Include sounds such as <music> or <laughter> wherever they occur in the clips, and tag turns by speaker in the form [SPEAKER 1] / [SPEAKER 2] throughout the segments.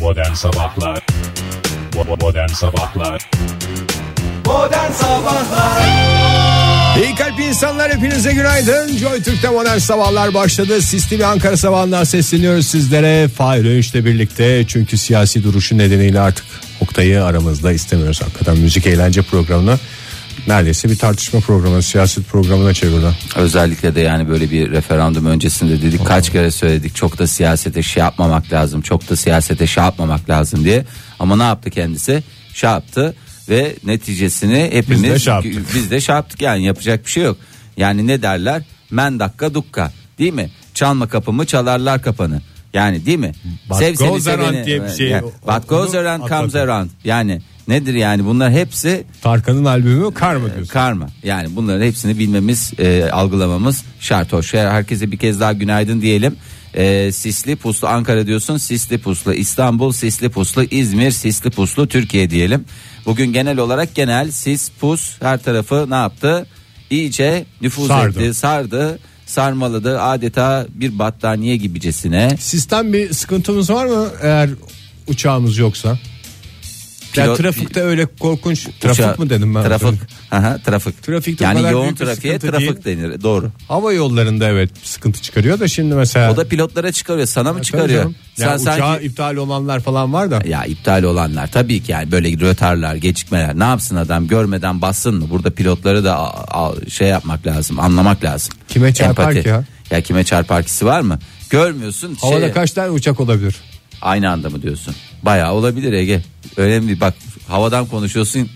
[SPEAKER 1] Modern Sabahlar Bo- Modern Sabahlar
[SPEAKER 2] Modern Sabahlar
[SPEAKER 3] İyi kalp insanlar hepinize günaydın. Joy Türk'te modern sabahlar başladı. Sisli bir Ankara sabahından sesleniyoruz sizlere. Fahir Öğünç'le birlikte çünkü siyasi duruşu nedeniyle artık Oktay'ı aramızda istemiyoruz. Hakikaten müzik eğlence programına neredeyse bir tartışma programına, siyaset programına çevirdi.
[SPEAKER 4] Özellikle de yani böyle bir referandum öncesinde dedik kaç kere söyledik çok da siyasete şey yapmamak lazım çok da siyasete şey yapmamak lazım diye. Ama ne yaptı kendisi? Şey yaptı ve neticesini hepimiz
[SPEAKER 3] Biz de şey yaptık.
[SPEAKER 4] biz de şey yaptık yani yapacak bir şey yok. Yani ne derler? Men dakika dukka değil mi? Çalma kapımı çalarlar kapanı. Yani değil mi?
[SPEAKER 3] But
[SPEAKER 4] seni
[SPEAKER 3] goes around
[SPEAKER 4] seveni-
[SPEAKER 3] diye bir şey.
[SPEAKER 4] Yani, But goes
[SPEAKER 3] Onu
[SPEAKER 4] around comes
[SPEAKER 3] atladım.
[SPEAKER 4] around. Yani nedir yani bunlar hepsi
[SPEAKER 3] Tarkan'ın albümü Kar mı diyorsun?
[SPEAKER 4] Karma. Yani bunların hepsini bilmemiz, e, algılamamız şart hoş. Her- Herkese bir kez daha günaydın diyelim. E, sisli puslu Ankara diyorsun, sisli puslu İstanbul, sisli puslu İzmir, sisli puslu Türkiye diyelim. Bugün genel olarak genel sis pus her tarafı ne yaptı? İyice nüfuz
[SPEAKER 3] Sardı.
[SPEAKER 4] etti, sardı, sarmaladı. Adeta bir battaniye gibicesine.
[SPEAKER 3] Sistem bir sıkıntımız var mı eğer uçağımız yoksa? Ya
[SPEAKER 4] Pilot-
[SPEAKER 3] trafikte öyle korkunç trafik
[SPEAKER 4] Uça-
[SPEAKER 3] mi dedim ben?
[SPEAKER 4] Trafik. Aha, trafik.
[SPEAKER 3] Trafikte bu
[SPEAKER 4] yani
[SPEAKER 3] kadar
[SPEAKER 4] yoğun
[SPEAKER 3] büyük bir
[SPEAKER 4] trafiğe
[SPEAKER 3] sıkıntı değil.
[SPEAKER 4] trafik denir. Doğru.
[SPEAKER 3] Hava yollarında evet sıkıntı çıkarıyor da şimdi mesela
[SPEAKER 4] O da pilotlara çıkarıyor. Sana mı çıkarıyor?
[SPEAKER 3] Tabii canım.
[SPEAKER 4] Sen
[SPEAKER 3] Ya uçağa
[SPEAKER 4] sanki- Şey-
[SPEAKER 3] iptal olanlar falan var da.
[SPEAKER 4] ya iptal olanlar tabii ki yani böyle rötarlar gecikmeler ne yapsın adam görmeden bassın mı burada pilotları da a- a- şey yapmak lazım anlamak lazım.
[SPEAKER 3] Kime çarpar ki ya?
[SPEAKER 4] Ya kime çarpar kisi var mı? Görmüyorsun
[SPEAKER 3] Havada
[SPEAKER 4] şey-
[SPEAKER 3] kaç tane uçak olabilir?
[SPEAKER 4] aynı anda mı diyorsun? Bayağı olabilir Ege. Önemli değil. bak havadan konuşuyorsun.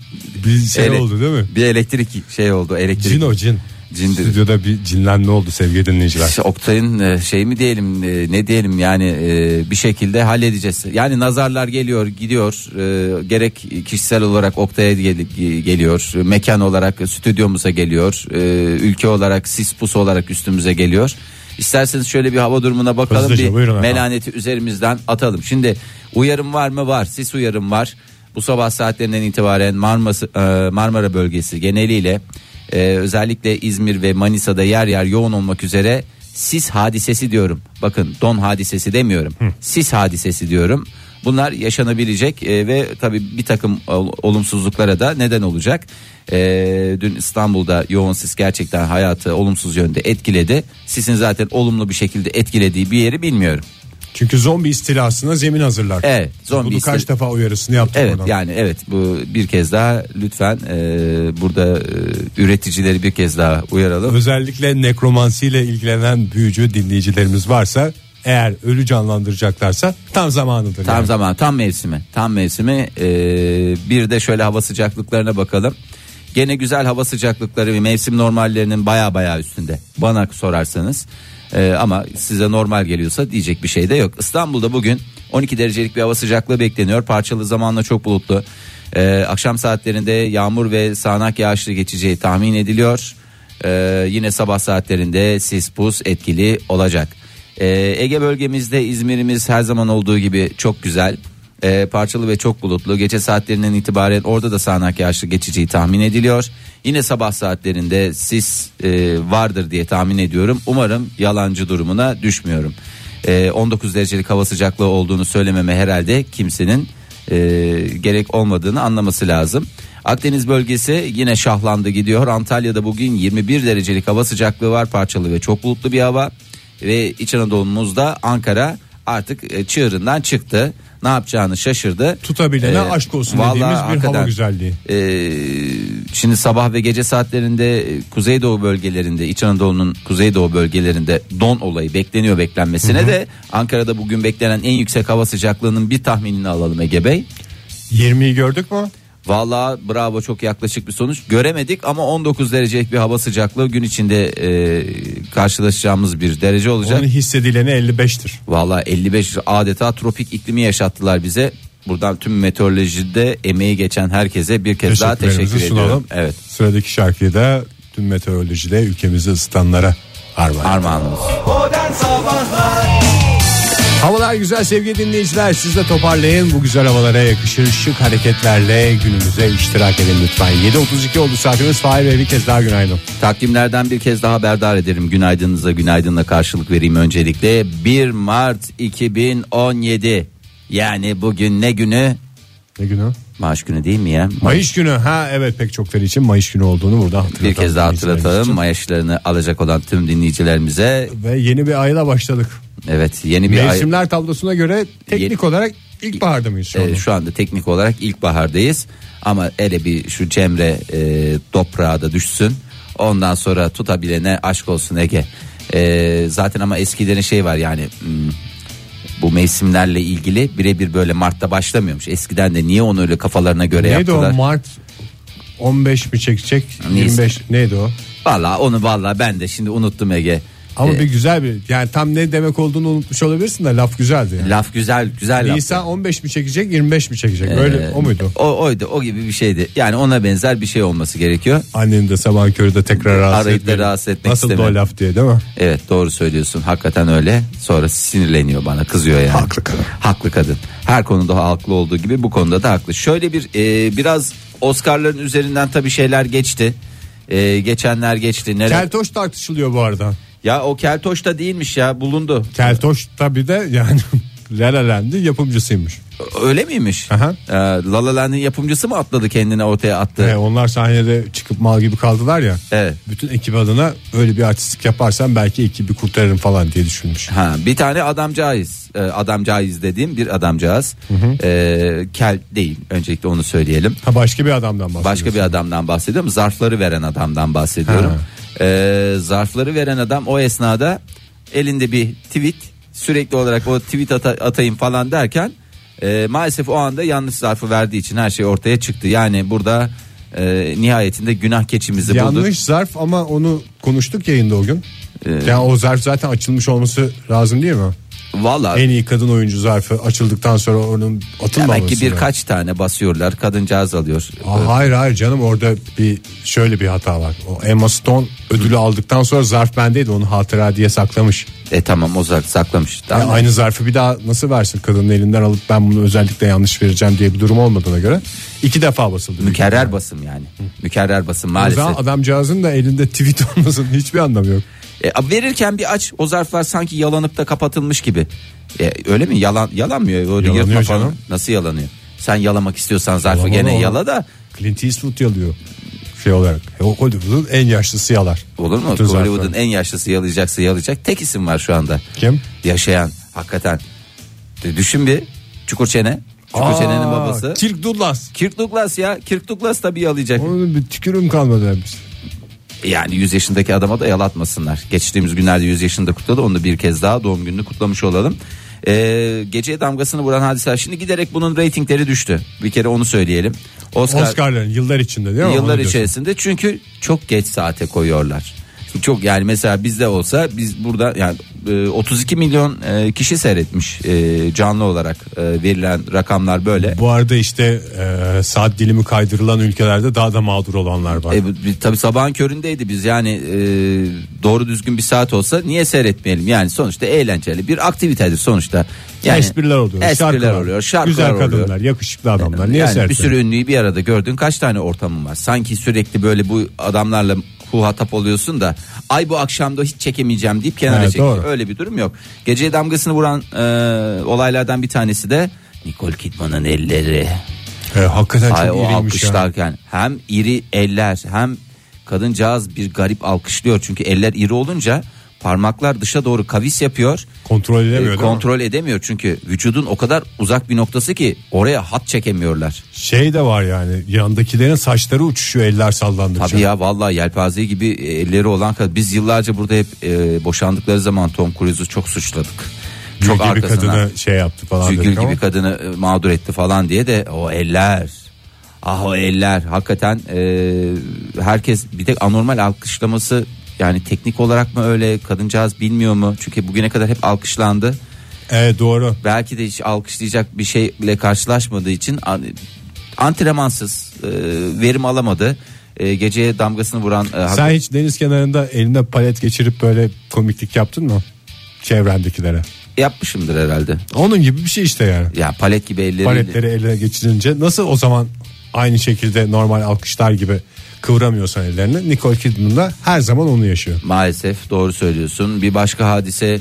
[SPEAKER 3] Bir şey oldu değil mi?
[SPEAKER 4] Bir elektrik şey oldu elektrik.
[SPEAKER 3] Cin o cin.
[SPEAKER 4] Cindir.
[SPEAKER 3] Stüdyoda bir cinlenme oldu sevgili dinleyiciler.
[SPEAKER 4] İşte Oktay'ın e, şey mi diyelim e, ne diyelim yani e, bir şekilde halledeceğiz. Yani nazarlar geliyor gidiyor E, gerek kişisel olarak Oktay'a gel- geliyor E, mekan olarak stüdyomuza geliyor E, ülke olarak sis pus olarak üstümüze geliyor. İsterseniz şöyle bir hava durumuna bakalım
[SPEAKER 3] Hızlıca,
[SPEAKER 4] bir
[SPEAKER 3] buyurun efendim.
[SPEAKER 4] melaneti üzerimizden atalım. Şimdi uyarım var mı var sis uyarım var. Bu sabah saatlerinden itibaren Marması- e, Marmara bölgesi geneliyle e, özellikle İzmir ve Manisa'da yer yer yoğun olmak üzere sis hadisesi diyorum. Bakın don hadisesi demiyorum. Sis hadisesi diyorum. Bunlar yaşanabilecek e, ve tabii bir takım ol- olumsuzluklara da neden olacak. E, dün İstanbul'da yoğun sis gerçekten hayatı olumsuz yönde etkiledi. Sisin zaten olumlu bir şekilde etkilediği bir yeri bilmiyorum.
[SPEAKER 3] Çünkü zombi istilasına zemin hazırlar.
[SPEAKER 4] Evet, zombi
[SPEAKER 3] Bunu kaç
[SPEAKER 4] istil-
[SPEAKER 3] defa uyarısını yaptık
[SPEAKER 4] Evet
[SPEAKER 3] oradan.
[SPEAKER 4] yani evet bu bir kez daha lütfen e, burada e, üreticileri bir kez daha uyaralım.
[SPEAKER 3] Özellikle nekromansiyle ilgilenen büyücü dinleyicilerimiz varsa eğer ölü canlandıracaklarsa tam zamanıdır.
[SPEAKER 4] Tam
[SPEAKER 3] yani.
[SPEAKER 4] zaman tam mevsimi tam mevsimi E, bir de şöyle hava sıcaklıklarına bakalım. Gene güzel hava sıcaklıkları ve mevsim normallerinin baya baya üstünde bana sorarsanız. E, ama size normal geliyorsa diyecek bir şey de yok. İstanbul'da bugün 12 derecelik bir hava sıcaklığı bekleniyor. Parçalı zamanla çok bulutlu. E, akşam saatlerinde yağmur ve sağanak yağışlı geçeceği tahmin ediliyor. Ee, yine sabah saatlerinde sis pus etkili olacak. Ee, Ege bölgemizde İzmir'imiz her zaman olduğu gibi çok güzel. Ee, parçalı ve çok bulutlu. Gece saatlerinden itibaren orada da sağanak yağışlı geçeceği tahmin ediliyor. Yine sabah saatlerinde sis e, vardır diye tahmin ediyorum. Umarım yalancı durumuna düşmüyorum. Ee, 19 derecelik hava sıcaklığı olduğunu söylememe herhalde kimsenin e, gerek olmadığını anlaması lazım. Akdeniz bölgesi yine şahlandı gidiyor. Antalya'da bugün 21 derecelik hava sıcaklığı var. Parçalı ve çok bulutlu bir hava. Ve İç Anadolu'muzda Ankara artık e, çığırından çıktı. Ne yapacağını şaşırdı.
[SPEAKER 3] Tutabilene
[SPEAKER 4] Ee,
[SPEAKER 3] aşk olsun
[SPEAKER 4] vallahi
[SPEAKER 3] dediğimiz bir hava
[SPEAKER 4] hakikaten.
[SPEAKER 3] güzelliği.
[SPEAKER 4] Ee, şimdi sabah ve gece saatlerinde e, Kuzeydoğu bölgelerinde İç Anadolu'nun Kuzeydoğu bölgelerinde don olayı bekleniyor beklenmesine de Ankara'da bugün beklenen en yüksek hava sıcaklığının bir tahminini alalım Ege Bey.
[SPEAKER 3] 20'yi gördük mü?
[SPEAKER 4] Valla bravo çok yaklaşık bir sonuç göremedik ama 19 derecelik bir hava sıcaklığı gün içinde e, karşılaşacağımız bir derece olacak.
[SPEAKER 3] Onun hissedileni 55'tir.
[SPEAKER 4] Valla 55 adeta tropik iklimi yaşattılar bize. Buradan tüm meteorolojide emeği geçen herkese bir kez daha teşekkür
[SPEAKER 3] Teşekkürlerimizi
[SPEAKER 4] ediyorum.
[SPEAKER 3] sunalım.
[SPEAKER 4] Evet.
[SPEAKER 3] Sıradaki şarkıyı da tüm meteorolojide ülkemizi ısıtanlara armağan.
[SPEAKER 4] Armağanımız.
[SPEAKER 2] Modern Sabahlar
[SPEAKER 3] Havalar güzel sevgili dinleyiciler. Siz de toparlayın. Bu güzel havalara yakışır şık hareketlerle günümüze iştirak edin lütfen. 7.32 oldu saatimiz. Fahir Bey bir kez daha günaydın.
[SPEAKER 4] Takvimlerden bir kez daha haberdar ederim. Günaydınınıza günaydınla karşılık vereyim öncelikle. 1 Mart 2017. Yani bugün ne günü?
[SPEAKER 3] Ne günü?
[SPEAKER 4] Maaş günü değil mi ya?
[SPEAKER 3] Mayıs günü. Ha evet pek çok feri için Mayıs günü olduğunu burada hatırlatalım.
[SPEAKER 4] Bir kez daha hatırlatalım.
[SPEAKER 3] dinleyicilerimiz
[SPEAKER 4] Maaşlarını alacak olan tüm dinleyicilerimize
[SPEAKER 3] için. Ve yeni bir ayla başladık.
[SPEAKER 4] evet yeni bir ay.
[SPEAKER 3] Mevsimler tablosuna göre teknik olarak ilkbaharda mıyız şu anda?
[SPEAKER 4] Ee, şu anda teknik olarak ilkbahardayız ama ele bir şu Cemre e, toprağa da düşsün. Ondan sonra tutabilene aşk olsun Ege. E, zaten ama eskilerin şey var yani hmm, bu mevsimlerle ilgili birebir böyle Mart'ta başlamıyormuş. Eskiden de niye onu öyle kafalarına göre
[SPEAKER 3] neydi
[SPEAKER 4] yaptılar?
[SPEAKER 3] o Mart 15 mi çekecek?
[SPEAKER 4] Nisan.
[SPEAKER 3] 25 neydi o?
[SPEAKER 4] Valla onu valla ben de şimdi unuttum Ege.
[SPEAKER 3] Ama
[SPEAKER 4] E,
[SPEAKER 3] bir güzel bir yani tam ne demek olduğunu unutmuş olabilirsin de laf güzeldi yani.
[SPEAKER 4] Laf güzel güzel laf. Ee,
[SPEAKER 3] Nisan 15 mi çekecek 25 mi çekecek? Öyle o muydu?
[SPEAKER 4] O, oydu o gibi bir şeydi. Yani ona benzer bir şey olması gerekiyor.
[SPEAKER 3] Annenin de sabah körü de tekrar rahatsız
[SPEAKER 4] Arayıp da
[SPEAKER 3] etmeyelim.
[SPEAKER 4] rahatsız etmek
[SPEAKER 3] Nasıl da o
[SPEAKER 4] istemiyorum.
[SPEAKER 3] laf diye değil mi?
[SPEAKER 4] Evet doğru söylüyorsun hakikaten öyle. Sonra sinirleniyor bana kızıyor yani.
[SPEAKER 3] Haklı kadın.
[SPEAKER 4] Haklı kadın. Her konuda haklı olduğu gibi bu konuda da haklı. Şöyle bir e, biraz Oscar'ların üzerinden tabii şeyler geçti. E, geçenler geçti. Nere-
[SPEAKER 3] Keltoş tartışılıyor bu arada.
[SPEAKER 4] ya o keltoş da değilmiş ya bulundu.
[SPEAKER 3] Keltoş tabi de yani <laughs> La La Land'in yapımcısıymış.
[SPEAKER 4] Öyle miymiş?
[SPEAKER 3] Aha.
[SPEAKER 4] E, La La Land'in yapımcısı mı atladı kendini ortaya attı?
[SPEAKER 3] Ee, onlar sahnede çıkıp mal gibi kaldılar ya.
[SPEAKER 4] Evet.
[SPEAKER 3] Bütün ekip adına öyle bir artistlik yaparsan belki ekibi kurtarırım falan diye düşünmüş.
[SPEAKER 4] Ha, bir tane adamcağız e, adamcağız dediğim bir adamcağız E, kel değil öncelikle onu söyleyelim
[SPEAKER 3] Ha başka bir adamdan bahsediyorsun.
[SPEAKER 4] Başka bir adamdan bahsediyorum. Zarfları veren adamdan bahsediyorum. Ee, zarfları veren adam o esnada elinde bir tweet sürekli olarak o tweet ata- atayım falan derken e, maalesef o anda yanlış zarfı verdiği için her şey ortaya çıktı. Yani burada e, nihayetinde günah keçimizi bulduk.
[SPEAKER 3] Yanlış zarf ama onu konuştuk yayında o gün.
[SPEAKER 4] Ee,
[SPEAKER 3] Yani o zarf zaten açılmış olması lazım değil mi?
[SPEAKER 4] Valla
[SPEAKER 3] En iyi kadın oyuncu zarfı açıldıktan sonra onun atılmaması.
[SPEAKER 4] demek ki birkaç tane basıyorlar kadıncağız alıyor.
[SPEAKER 3] Aa, hayır hayır canım orada bir şöyle bir hata var. O Emma Stone ödülü aldıktan sonra zarf bendeydi onu hatıra diye saklamış.
[SPEAKER 4] E tamam o zarf saklamış.
[SPEAKER 3] Yani
[SPEAKER 4] Tamam.
[SPEAKER 3] aynı zarfı bir daha nasıl versin kadının elinden alıp ben bunu özellikle yanlış vereceğim diye bir durum olmadığına göre iki defa basıldı.
[SPEAKER 4] Mükerrer basım yani. Mükerrer basım
[SPEAKER 3] O
[SPEAKER 4] maalesef.
[SPEAKER 3] zaman adamcağızın da elinde tweet olmasının hiçbir anlamı yok.
[SPEAKER 4] E, a- verirken bir aç o zarflar sanki yalanıp da kapatılmış gibi. E, öyle mi? Yalan yalanmıyor. Öyle
[SPEAKER 3] Yalanıyor
[SPEAKER 4] yırtma falan.
[SPEAKER 3] canım.
[SPEAKER 4] Nasıl yalanıyor? Sen yalamak istiyorsan zarfı
[SPEAKER 3] Yalama
[SPEAKER 4] gene
[SPEAKER 3] oğlum.
[SPEAKER 4] yala da
[SPEAKER 3] Clint Eastwood yalıyor şey olarak. E, o Hollywood'un en yaşlısı yalar.
[SPEAKER 4] olur mu?
[SPEAKER 3] Bütün zarfları.
[SPEAKER 4] Hollywood'un en yaşlısı yalayacaksa yalayacak. Tek isim var şu anda.
[SPEAKER 3] Kim?
[SPEAKER 4] Yaşayan hakikaten. De- Düşün bir Çukur Çene. Çukur
[SPEAKER 3] Aa,
[SPEAKER 4] Çene'nin babası.
[SPEAKER 3] Kirk Douglas.
[SPEAKER 4] Kirk Douglas ya. Kirk Douglas da bir yalayacak.
[SPEAKER 3] Onun bir tükürüm kalmadı hepsi.
[SPEAKER 4] Yani 100 yaşındaki adama da yalatmasınlar. Geçtiğimiz günlerde 100 yaşında kutladı. Onu da bir kez daha doğum gününü kutlamış olalım. Ee, geceye damgasını vuran hadiseler. Şimdi giderek bunun reytingleri düştü. Bir kere onu söyleyelim. Oscar,
[SPEAKER 3] Oscar'ların yıllar içinde değil mi? Onu
[SPEAKER 4] yıllar
[SPEAKER 3] diyorsun.
[SPEAKER 4] içerisinde çünkü çok geç saate koyuyorlar. Çok yani mesela bizde olsa biz burada yani e, 32 milyon e, kişi seyretmiş e, canlı olarak e, verilen rakamlar böyle.
[SPEAKER 3] Bu arada işte e, saat dilimi kaydırılan ülkelerde daha da mağdur olanlar var.
[SPEAKER 4] E, bu- bu- tabii sabahın köründeydi biz yani e, doğru düzgün bir saat olsa niye seyretmeyelim yani sonuçta eğlenceli bir aktivitedir sonuçta. Yani,
[SPEAKER 3] espriler oluyor,
[SPEAKER 4] espriler
[SPEAKER 3] şarkılar
[SPEAKER 4] oluyor, şarkılar
[SPEAKER 3] güzel
[SPEAKER 4] oluyor. E,
[SPEAKER 3] kadınlar, yakışıklı adamlar. Niye
[SPEAKER 4] yani
[SPEAKER 3] sert?
[SPEAKER 4] bir sürü ünlüyü bir arada gördün kaç tane ortamın var sanki sürekli böyle bu adamlarla huhatap oluyorsun da ay bu akşamda hiç çekemeyeceğim deyip kenara
[SPEAKER 3] Evet,
[SPEAKER 4] çekil.
[SPEAKER 3] doğru.
[SPEAKER 4] Öyle bir durum yok. Geceye damgasını vuran e, olaylardan bir tanesi de Nicole Kidman'ın elleri.
[SPEAKER 3] E, hakikaten
[SPEAKER 4] Ay,
[SPEAKER 3] çok
[SPEAKER 4] o
[SPEAKER 3] iriymiş ya.
[SPEAKER 4] alkışlarken hem iri eller hem kadıncağız bir garip alkışlıyor çünkü eller iri olunca parmaklar dışa doğru kavis yapıyor.
[SPEAKER 3] Kontrol
[SPEAKER 4] E,
[SPEAKER 3] edemiyor değil mi?
[SPEAKER 4] kontrol edemiyor çünkü vücudun o kadar uzak bir noktası ki oraya hat çekemiyorlar.
[SPEAKER 3] Şey de var yani yandakilerin saçları uçuşuyor eller sallandıkça.
[SPEAKER 4] Tabii ya vallahi yelpaze gibi elleri olan kadın. Biz yıllarca burada hep e, boşandıkları zaman Tom Cruise'u çok suçladık.
[SPEAKER 3] Gül
[SPEAKER 4] çok
[SPEAKER 3] gibi
[SPEAKER 4] arkasından.
[SPEAKER 3] kadını şey yaptı falan
[SPEAKER 4] Çünkü
[SPEAKER 3] dedik
[SPEAKER 4] gül
[SPEAKER 3] ama.
[SPEAKER 4] gibi kadını e, mağdur etti falan diye de o eller. Ah o eller hakikaten e, herkes bir tek anormal alkışlaması yani teknik olarak mı öyle kadıncağız bilmiyor mu? Çünkü bugüne kadar hep alkışlandı.
[SPEAKER 3] E, doğru.
[SPEAKER 4] Belki de hiç alkışlayacak bir şeyle karşılaşmadığı için an- antrenmansız e, verim alamadı. E, geceye damgasını vuran e, hakikaten-
[SPEAKER 3] Sen hiç deniz kenarında eline palet geçirip böyle komiklik yaptın mı? Çevrendekilere.
[SPEAKER 4] yapmışımdır herhalde.
[SPEAKER 3] Onun gibi bir şey işte yani.
[SPEAKER 4] Ya palet gibi elleri
[SPEAKER 3] Paletleri eline geçirince nasıl o zaman aynı şekilde normal alkışlar gibi kıvıramıyorsan ellerini Nicole Kidman da her zaman onu yaşıyor.
[SPEAKER 4] maalesef doğru söylüyorsun. Bir başka hadise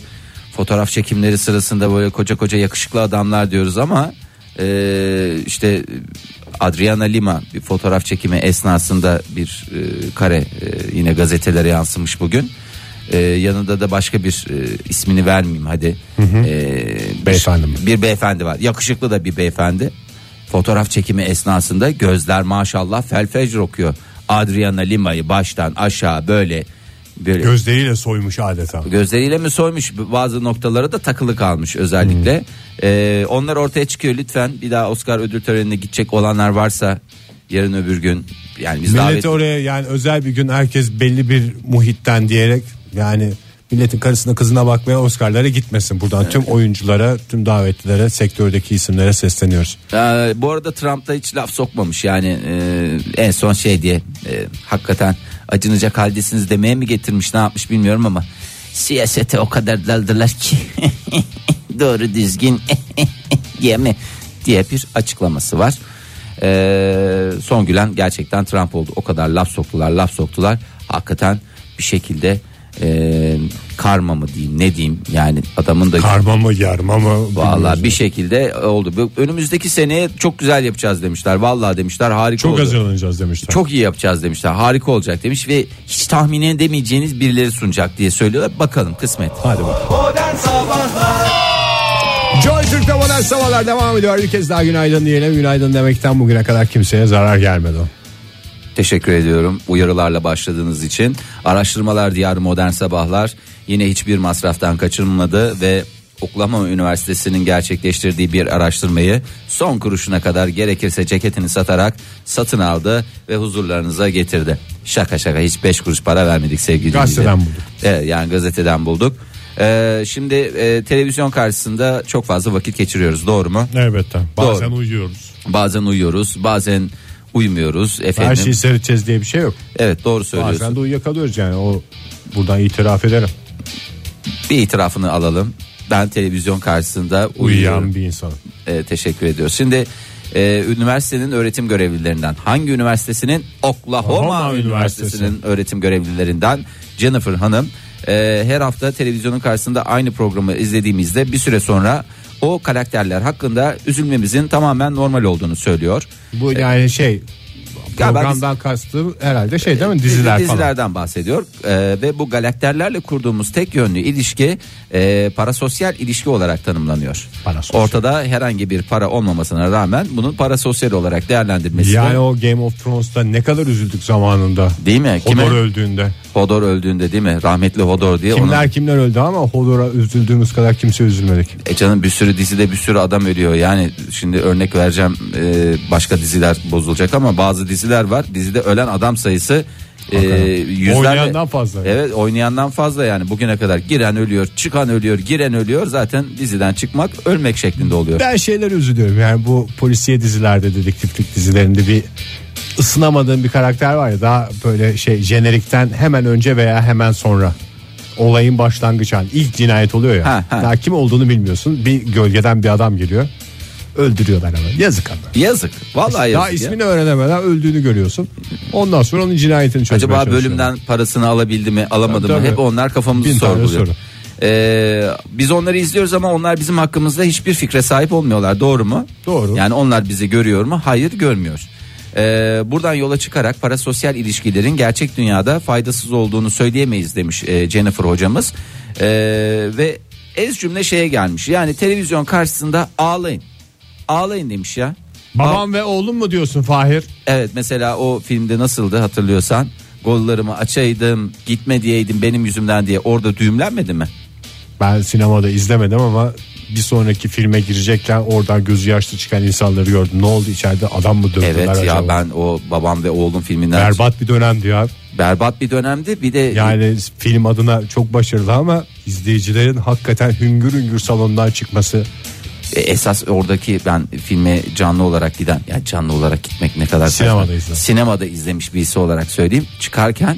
[SPEAKER 4] fotoğraf çekimleri sırasında böyle koca koca yakışıklı adamlar diyoruz ama e, işte Adriana Lima bir fotoğraf çekimi esnasında bir e, kare e, yine gazetelere yansımış bugün. E, yanında da başka bir e, ismini vermeyeyim hadi. E, bir-
[SPEAKER 3] Beyefendi mi?
[SPEAKER 4] Bir beyefendi var. Yakışıklı da bir beyefendi. Fotoğraf çekimi esnasında gözler maşallah fel fecr okuyor. Adriana Lima'yı baştan aşağı böyle böyle
[SPEAKER 3] Gözleriyle soymuş adeta.
[SPEAKER 4] gözleriyle mi soymuş bazı noktalara da takılı kalmış özellikle. Ee, onlar ortaya çıkıyor lütfen bir daha Oscar ödül törenine gidecek olanlar varsa yarın öbür gün yani biz davet
[SPEAKER 3] Milleti oraya yani özel bir gün herkes belli bir muhitten diyerek yani milletin karısına kızına bakmaya Oscar'lara gitmesin. Buradan tüm oyunculara, tüm davetlilere, sektördeki isimlere sesleniyoruz.
[SPEAKER 4] Ee, bu arada Trump da hiç laf sokmamış yani e, en son şey diye e, hakikaten acınacak haldesiniz demeye mi getirmiş ne yapmış bilmiyorum ama siyasete o kadar daldılar ki <laughs> doğru düzgün <laughs> diye mi diye bir açıklaması var. Ee, son gülen gerçekten Trump oldu o kadar laf soktular laf soktular hakikaten bir şekilde e, karma mı diyeyim ne diyeyim yani adamın da
[SPEAKER 3] Karma mı yarma mı?
[SPEAKER 4] Vallahi
[SPEAKER 3] bilmiyoruz.
[SPEAKER 4] bir şekilde e, oldu. Bu- Önümüzdeki seneye çok güzel yapacağız demişler. Vallahi demişler harika
[SPEAKER 3] Çok
[SPEAKER 4] oldu.
[SPEAKER 3] hazırlanacağız demişler.
[SPEAKER 4] Çok iyi yapacağız demişler. Harika olacak demiş ve hiç tahmin edemeyeceğiniz birileri sunacak diye söylüyorlar. Bakalım kısmet.
[SPEAKER 3] Hadi bakalım.
[SPEAKER 2] Modern Sabahlar
[SPEAKER 3] Joy Türk'te modern sabahlar devam ediyor. Bir kez daha günaydın diyelim. Günaydın demekten bugüne kadar kimseye zarar gelmedi.
[SPEAKER 4] Teşekkür ediyorum uyarılarla başladığınız için. Araştırmalar Diyarı Modern Sabahlar yine hiçbir masraftan kaçınılmadı ve Oklahoma Üniversitesi'nin gerçekleştirdiği bir araştırmayı son kuruşuna kadar gerekirse ceketini satarak satın aldı ve huzurlarınıza getirdi. Şaka şaka hiç 5 kuruş para vermedik sevgili
[SPEAKER 3] Gazeteden
[SPEAKER 4] dinleyiciler.
[SPEAKER 3] bulduk.
[SPEAKER 4] Evet, yani gazeteden bulduk. Ee, şimdi e, televizyon karşısında çok fazla vakit geçiriyoruz doğru mu?
[SPEAKER 3] Elbette.
[SPEAKER 4] Bazen
[SPEAKER 3] uyuyoruz.
[SPEAKER 4] Bazen uyuyoruz bazen uyumuyoruz efendim.
[SPEAKER 3] Her şeyi seyredeceğiz diye bir şey yok.
[SPEAKER 4] Evet doğru söylüyorsun.
[SPEAKER 3] Bazen de uyuyakalıyoruz yani o buradan itiraf ederim.
[SPEAKER 4] Bir itirafını alalım. Ben televizyon karşısında uyuyorum.
[SPEAKER 3] Uyuyan bir insan.
[SPEAKER 4] Ee, teşekkür ediyoruz. Şimdi e, üniversitenin öğretim görevlilerinden hangi üniversitesinin Oklahoma
[SPEAKER 3] Oklahoma
[SPEAKER 4] Üniversitesi'nin öğretim görevlilerinden Jennifer Hanım e, her hafta televizyonun karşısında aynı programı izlediğimizde bir süre sonra o karakterler hakkında üzülmemizin tamamen normal olduğunu söylüyor.
[SPEAKER 3] Bu yani şey
[SPEAKER 4] ben
[SPEAKER 3] programdan kastı herhalde şey değil mi diziler falan.
[SPEAKER 4] dizilerden bahsediyor Ee, ve bu galakterlerle kurduğumuz tek yönlü ilişki e, parasosyal ilişki olarak tanımlanıyor.
[SPEAKER 3] Parasosyal.
[SPEAKER 4] Ortada herhangi bir para olmamasına rağmen bunun parasosyal olarak değerlendirmesi
[SPEAKER 3] Yani o Game of Thrones'ta ne kadar üzüldük zamanında.
[SPEAKER 4] Değil mi?
[SPEAKER 3] Hodor
[SPEAKER 4] Kime?
[SPEAKER 3] öldüğünde.
[SPEAKER 4] Hodor öldüğünde değil mi? Rahmetli Hodor diye
[SPEAKER 3] Kimler
[SPEAKER 4] onun-
[SPEAKER 3] kimler öldü ama Hodor'a üzüldüğümüz kadar kimse üzülmedik.
[SPEAKER 4] E canım bir sürü dizide bir sürü adam ölüyor. Yani şimdi örnek vereceğim e, başka diziler bozulacak ama bazı diziler var. Dizide ölen adam sayısı e, yüzlerle-
[SPEAKER 3] Oynayandan fazla.
[SPEAKER 4] Evet oynayandan fazla yani bugüne kadar giren ölüyor, çıkan ölüyor, giren ölüyor. Zaten diziden çıkmak ölmek şeklinde oluyor.
[SPEAKER 3] Ben şeyler üzülüyorum yani bu polisiye dizilerde dedektiflik dizilerinde bir ısınamadığım bir karakter var ya daha böyle şey jenerikten hemen önce veya hemen sonra olayın başlangıç an ilk cinayet oluyor ya
[SPEAKER 4] Ha, ha.
[SPEAKER 3] daha kim olduğunu bilmiyorsun bir gölgeden bir adam geliyor öldürüyorlar hemen yazık adam.
[SPEAKER 4] Yazık. Vallahi yazık.
[SPEAKER 3] Daha
[SPEAKER 4] ya.
[SPEAKER 3] ismini öğrenemeden öldüğünü görüyorsun. Ondan sonra onun cinayetini çözmeye
[SPEAKER 4] Acaba
[SPEAKER 3] çalışıyorsun.
[SPEAKER 4] bölümden parasını alabildi mi, alamadı mı?
[SPEAKER 3] Tabii.
[SPEAKER 4] Hep onlar kafamızı
[SPEAKER 3] Bin tane
[SPEAKER 4] sorguluyor.
[SPEAKER 3] soru.
[SPEAKER 4] Ee, biz onları izliyoruz ama onlar bizim hakkımızda hiçbir fikre sahip olmuyorlar. Doğru mu?
[SPEAKER 3] Doğru.
[SPEAKER 4] Yani onlar bizi görüyor mu? Hayır, görmüyor. Ee, buradan yola çıkarak parasosyal ilişkilerin gerçek dünyada faydasız olduğunu söyleyemeyiz demiş e, Jennifer hocamız. Ee, ve ez cümle şeye gelmiş. Yani televizyon karşısında ağlayın. Ağlayın demiş ya.
[SPEAKER 3] Babam ve oğlum mu diyorsun Fahir?
[SPEAKER 4] Evet mesela o filmde nasıldı hatırlıyorsan gollarımı açaydım gitme diyeydim benim yüzümden diye orada düğümlenmedi mi?
[SPEAKER 3] Ben sinemada izlemedim ama bir sonraki filme girecekken oradan gözü yaşlı çıkan insanları gördüm. Ne oldu içeride adam mı dövdüler
[SPEAKER 4] Evet
[SPEAKER 3] acaba?
[SPEAKER 4] ya ben o babam ve oğlum filminden
[SPEAKER 3] Berbat bir dönemdi ya.
[SPEAKER 4] berbat bir dönemdi bir de
[SPEAKER 3] Yani film adına çok başarılı ama izleyicilerin hakikaten hüngür hüngür salondan çıkması.
[SPEAKER 4] e, esas oradaki ben filme canlı olarak giden yani canlı olarak gitmek ne kadar
[SPEAKER 3] Sinemada
[SPEAKER 4] saçma.
[SPEAKER 3] izledim.
[SPEAKER 4] sinemada izlemiş birisi olarak söyleyeyim çıkarken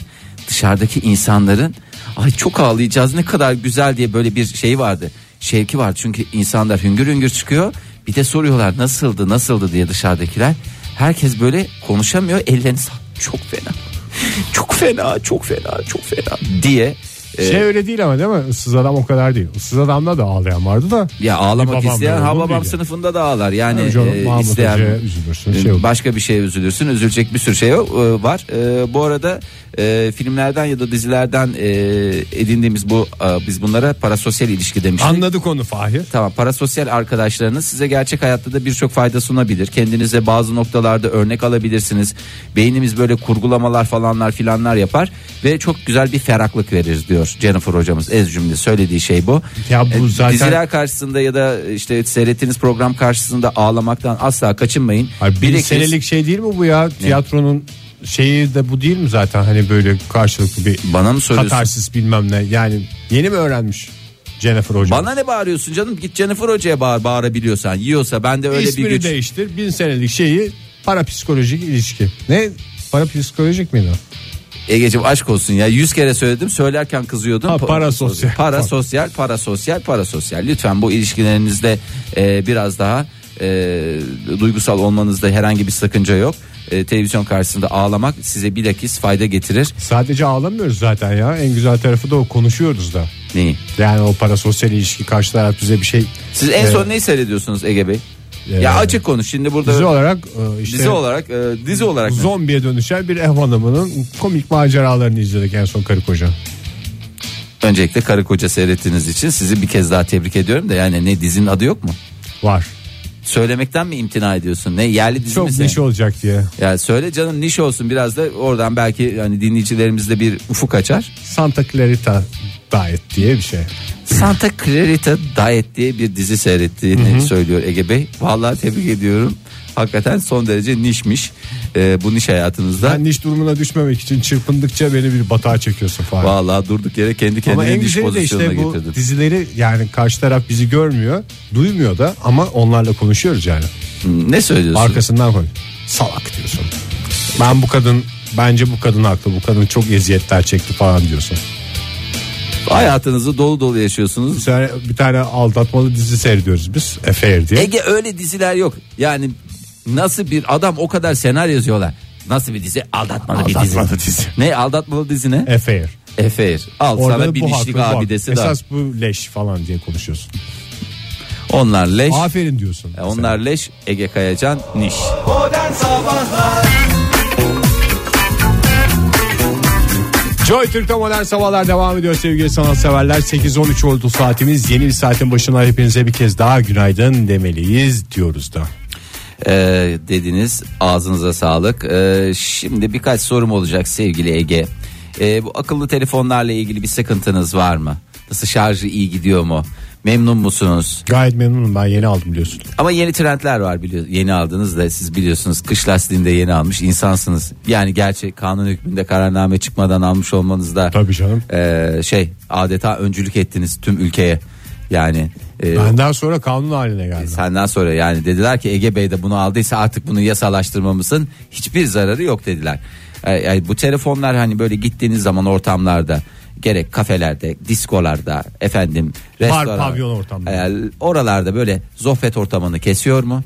[SPEAKER 4] dışarıdaki insanların ay çok ağlayacağız ne kadar güzel diye böyle bir şey vardı şevki vardı çünkü insanlar hüngür hüngür çıkıyor bir de soruyorlar nasıldı nasıldı diye dışarıdakiler herkes böyle konuşamıyor ellerini sal- çok fena çok fena çok fena çok fena diye e,
[SPEAKER 3] Şey öyle değil ama değil mi? Issız adam o kadar değil. Issız adamda da ağlayan vardı da.
[SPEAKER 4] ya ağlamak
[SPEAKER 3] babam
[SPEAKER 4] isteyen
[SPEAKER 3] da
[SPEAKER 4] ha
[SPEAKER 3] babam
[SPEAKER 4] babam
[SPEAKER 3] değil
[SPEAKER 4] sınıfında da ağlar. Yani
[SPEAKER 3] Tabii canım,
[SPEAKER 4] e,
[SPEAKER 3] Mahmut
[SPEAKER 4] isteyen
[SPEAKER 3] Hoca'ya üzülürsün,
[SPEAKER 4] e,
[SPEAKER 3] şey olur.
[SPEAKER 4] başka bir şeye üzülürsün. Üzülecek bir sürü şey yok, e, var. E, bu arada e, filmlerden ya da dizilerden e, edindiğimiz bu e, biz bunlara parasosyal ilişki demiştik.
[SPEAKER 3] Anladık onu Fahir.
[SPEAKER 4] Tamam parasosyal arkadaşlarınız size gerçek hayatta da birçok fayda sunabilir. Kendinize bazı noktalarda örnek alabilirsiniz. Beynimiz böyle kurgulamalar falanlar filanlar yapar ve çok güzel bir ferahlık verir diyor Jennifer hocamız ez cümle söylediği şey bu.
[SPEAKER 3] Ya bu
[SPEAKER 4] E,
[SPEAKER 3] zaten-
[SPEAKER 4] Diziler karşısında ya da işte seyrettiğiniz program karşısında ağlamaktan asla kaçınmayın.
[SPEAKER 3] Hayır, bir
[SPEAKER 4] Bilakis-
[SPEAKER 3] senelik şey değil mi bu ya? Tiyatronun şeyi de bu değil mi zaten? Hani böyle karşılıklı bir
[SPEAKER 4] Bana mı soruyorsun?
[SPEAKER 3] katarsis bilmem ne. Yani yeni mi öğrenmiş Jennifer Hocam?
[SPEAKER 4] Bana ne bağırıyorsun canım? Git Jennifer hocaya bağır bağırabiliyorsan. Yiyorsa ben de öyle
[SPEAKER 3] İsmini
[SPEAKER 4] bir güç.
[SPEAKER 3] değiştir. Bin senelik şeyi parapsikolojik ilişki. Ne? Parapsikolojik miydi o?
[SPEAKER 4] Egeciğim aşk olsun ya. Yüz kere söyledim. Söylerken kızıyordum.
[SPEAKER 3] Ha,
[SPEAKER 4] Pa-
[SPEAKER 3] parasosyal.
[SPEAKER 4] Para sosyal, para sosyal, para sosyal. Lütfen bu ilişkilerinizde e, biraz daha e, duygusal olmanızda herhangi bir sakınca yok. E, televizyon karşısında ağlamak size bilakis fayda getirir.
[SPEAKER 3] Sadece ağlamıyoruz zaten ya. En güzel tarafı da o konuşuyoruz da.
[SPEAKER 4] Neyi?
[SPEAKER 3] Yani o parasosyal ilişki karşı taraf bize bir şey.
[SPEAKER 4] Siz en
[SPEAKER 3] Ee,
[SPEAKER 4] son neyi seyrediyorsunuz Ege Bey?
[SPEAKER 3] Ee,
[SPEAKER 4] ya açık konuş. Şimdi burada
[SPEAKER 3] Dizi
[SPEAKER 4] dizi olarak,
[SPEAKER 3] olarak e, işte
[SPEAKER 4] e, dizi olarak ne?
[SPEAKER 3] zombiye dönüşen bir ev hanımının komik maceralarını izledik en son karı koca.
[SPEAKER 4] öncelikle karı koca seyrettiğiniz için sizi bir kez daha tebrik ediyorum da yani ne dizinin adı yok mu?
[SPEAKER 3] Var.
[SPEAKER 4] Söylemekten mi imtina ediyorsun? Ne yerli dizi
[SPEAKER 3] Çok
[SPEAKER 4] mi?
[SPEAKER 3] niş olacak diye.
[SPEAKER 4] Ya söyle canım niş olsun biraz da oradan belki hani dinleyicilerimiz de bir ufuk açar.
[SPEAKER 3] Santa Clarita Diet diye bir şey.
[SPEAKER 4] Santa Clarita Diet diye bir dizi seyrettiğini söylüyor Ege Bey. Vallahi tebrik ediyorum. Hakikaten son derece nişmiş Ee, bu niş hayatınızda.
[SPEAKER 3] Ben niş durumuna düşmemek için çırpındıkça beni bir batağa çekiyorsun falan.
[SPEAKER 4] Vallahi durduk yere kendi
[SPEAKER 3] Ama en
[SPEAKER 4] kendini niş
[SPEAKER 3] güzeli de
[SPEAKER 4] pozisyonuna
[SPEAKER 3] işte bu
[SPEAKER 4] getirdin.
[SPEAKER 3] dizileri yani karşı taraf bizi görmüyor, duymuyor da ama onlarla konuşuyoruz yani.
[SPEAKER 4] Ne söylüyorsun?
[SPEAKER 3] Arkasından koy. Salak diyorsun. Ben bu kadın bence bu kadın haklı. Bu kadın çok eziyetler çekti falan diyorsun.
[SPEAKER 4] Hayatınızı dolu dolu yaşıyorsunuz.
[SPEAKER 3] Bir tane, bir tane aldatmalı dizi seyrediyoruz biz. Affair diye.
[SPEAKER 4] Ege öyle diziler yok. Yani nasıl bir adam o kadar senaryo yazıyorlar. Nasıl bir dizi? Aldatmalı, bir
[SPEAKER 3] Aldatmalı
[SPEAKER 4] dizi.
[SPEAKER 3] dizi.
[SPEAKER 4] Ne aldatmalı dizi ne?
[SPEAKER 3] Affair.
[SPEAKER 4] Efeir. Al sana bir dişlik
[SPEAKER 3] haklı, bu haklı.
[SPEAKER 4] abidesi daha.
[SPEAKER 3] Esas bu leş falan diye konuşuyorsun.
[SPEAKER 4] Onlar leş.
[SPEAKER 3] Aferin diyorsun.
[SPEAKER 4] E, Onlar leş. Ege Kayacan niş.
[SPEAKER 2] Modern Sabahlar
[SPEAKER 3] Joy Türk'te modern sabahlar devam ediyor sevgili sanatseverler. 8-13 oldu saatimiz. Yeni bir saatin başına hepinize bir kez daha günaydın demeliyiz diyoruz da.
[SPEAKER 4] E, dediniz ağzınıza sağlık. E, şimdi birkaç sorum olacak sevgili Ege. E, bu akıllı telefonlarla ilgili bir sıkıntınız var mı? Nasıl şarjı iyi gidiyor mu? Memnun musunuz?
[SPEAKER 3] Gayet memnunum ben yeni aldım biliyorsun.
[SPEAKER 4] Ama yeni trendler var biliyor. Yeni aldınız da siz biliyorsunuz kış lastiğinde yeni almış insansınız. Yani gerçi kanun hükmünde kararname çıkmadan almış olmanız da
[SPEAKER 3] Tabii canım.
[SPEAKER 4] e, şey adeta öncülük ettiniz tüm ülkeye. Yani e,
[SPEAKER 3] Benden sonra kanun haline geldi.
[SPEAKER 4] Senden sonra yani dediler ki Ege Bey de bunu aldıysa artık bunu yasalaştırmamızın hiçbir zararı yok dediler. Ee, yani bu telefonlar hani böyle gittiğiniz zaman ortamlarda gerek kafelerde, diskolarda, efendim restoran,
[SPEAKER 3] pavyon ortamları.
[SPEAKER 4] Yani oralarda böyle zohbet ortamını kesiyor mu?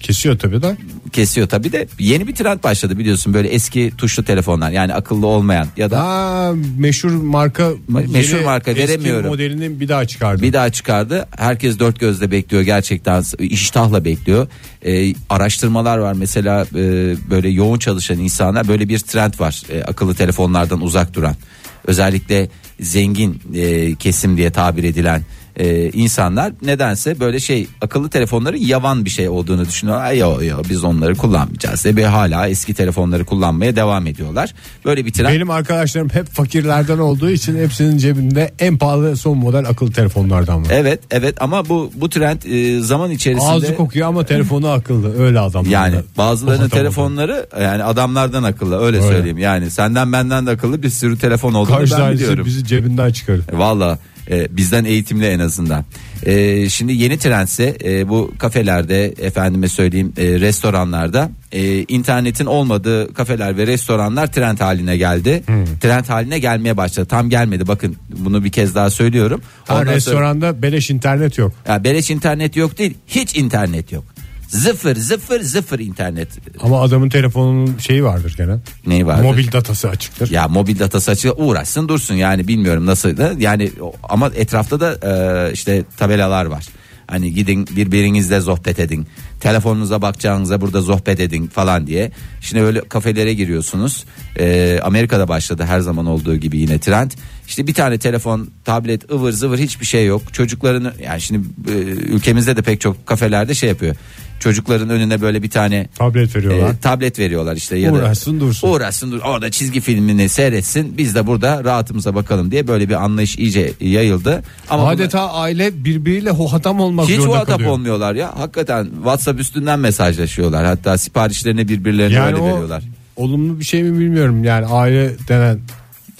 [SPEAKER 3] Kesiyor tabii de.
[SPEAKER 4] Kesiyor tabii de yeni bir trend başladı biliyorsun böyle eski tuşlu telefonlar yani akıllı olmayan ya da
[SPEAKER 3] Aa, meşhur marka
[SPEAKER 4] Me- meşhur marka,
[SPEAKER 3] eski
[SPEAKER 4] veremiyorum.
[SPEAKER 3] modelinin bir daha çıkardı.
[SPEAKER 4] Bir daha çıkardı. Herkes dört gözle bekliyor gerçekten iştahla bekliyor. Ee, araştırmalar var mesela e, böyle yoğun çalışan insanlar böyle bir trend var e, akıllı telefonlardan uzak duran. Özellikle zengin e, kesim diye tabir edilen e, insanlar nedense böyle şey akıllı telefonların yavan bir şey olduğunu düşünüyorlar. Ay, Yo yo biz onları kullanmayacağız ve hala eski telefonları kullanmaya devam ediyorlar. Böyle bir trend.
[SPEAKER 3] Benim arkadaşlarım hep fakirlerden olduğu için hepsinin cebinde en pahalı son model akıllı telefonlardan var.
[SPEAKER 4] Evet evet ama bu bu trend e, zaman içerisinde
[SPEAKER 3] Ağzı kokuyor ama telefonu akıllı. Öyle adamlar.
[SPEAKER 4] Yani
[SPEAKER 3] da.
[SPEAKER 4] bazılarının
[SPEAKER 3] Otomatik.
[SPEAKER 4] telefonları yani adamlardan akıllı öyle, söyleyeyim. Yani senden benden de akıllı bir sürü telefon olduğunu
[SPEAKER 3] Karşı
[SPEAKER 4] ben
[SPEAKER 3] tanesi
[SPEAKER 4] biliyorum.
[SPEAKER 3] bizi cebinden çıkarır.
[SPEAKER 4] Valla e, bizden eğitimli en azından. E, şimdi yeni trendse e, bu kafelerde efendime söyleyeyim e, restoranlarda e, internetin olmadığı kafeler ve restoranlar trend haline geldi. Trend haline gelmeye başladı. Tam gelmedi bakın bunu bir kez daha söylüyorum.
[SPEAKER 3] Ha,
[SPEAKER 4] Ondan sonra-
[SPEAKER 3] restoranda beleş internet yok.
[SPEAKER 4] ya beleş internet yok değil, hiç internet yok. Zıfır zıfır zıfır internet
[SPEAKER 3] Ama adamın telefonunun şeyi vardır gene.
[SPEAKER 4] neyi vardır?
[SPEAKER 3] Mobil datası açıktır.
[SPEAKER 4] Ya mobil datası açığı uğraşsın dursun yani bilmiyorum nasıl da yani o- ama etrafta da e, işte tabelalar var. Hani gidin birbirinizle sohbet edin. Telefonunuza bakacağınıza burada sohbet edin falan diye. Şimdi öyle kafelere giriyorsunuz. E, Amerika'da başladı her zaman olduğu gibi yine trend. İşte bir tane telefon, tablet, ıvır zıvır hiçbir şey yok. Çocukların yani şimdi e, ülkemizde de pek çok kafelerde şey yapıyor. Çocukların önüne böyle bir tane
[SPEAKER 3] Tablet veriyorlar.
[SPEAKER 4] e, tablet veriyorlar işte ya da
[SPEAKER 3] Uğraşsın dursun.
[SPEAKER 4] uğraşsın dur orada çizgi filmini seyretsin biz de burada rahatımıza bakalım diye böyle bir anlayış iyice yayıldı ama
[SPEAKER 3] Adeta aile birbiriyle hohatam olmak
[SPEAKER 4] bunlar- hiç
[SPEAKER 3] zorunda
[SPEAKER 4] WhatsApp
[SPEAKER 3] kalıyor.
[SPEAKER 4] olmuyorlar ya hakikaten WhatsApp üstünden mesajlaşıyorlar hatta siparişlerini birbirlerine
[SPEAKER 3] Yani
[SPEAKER 4] öyle
[SPEAKER 3] o
[SPEAKER 4] veriyorlar
[SPEAKER 3] olumlu bir şey mi bilmiyorum. Yani aile denen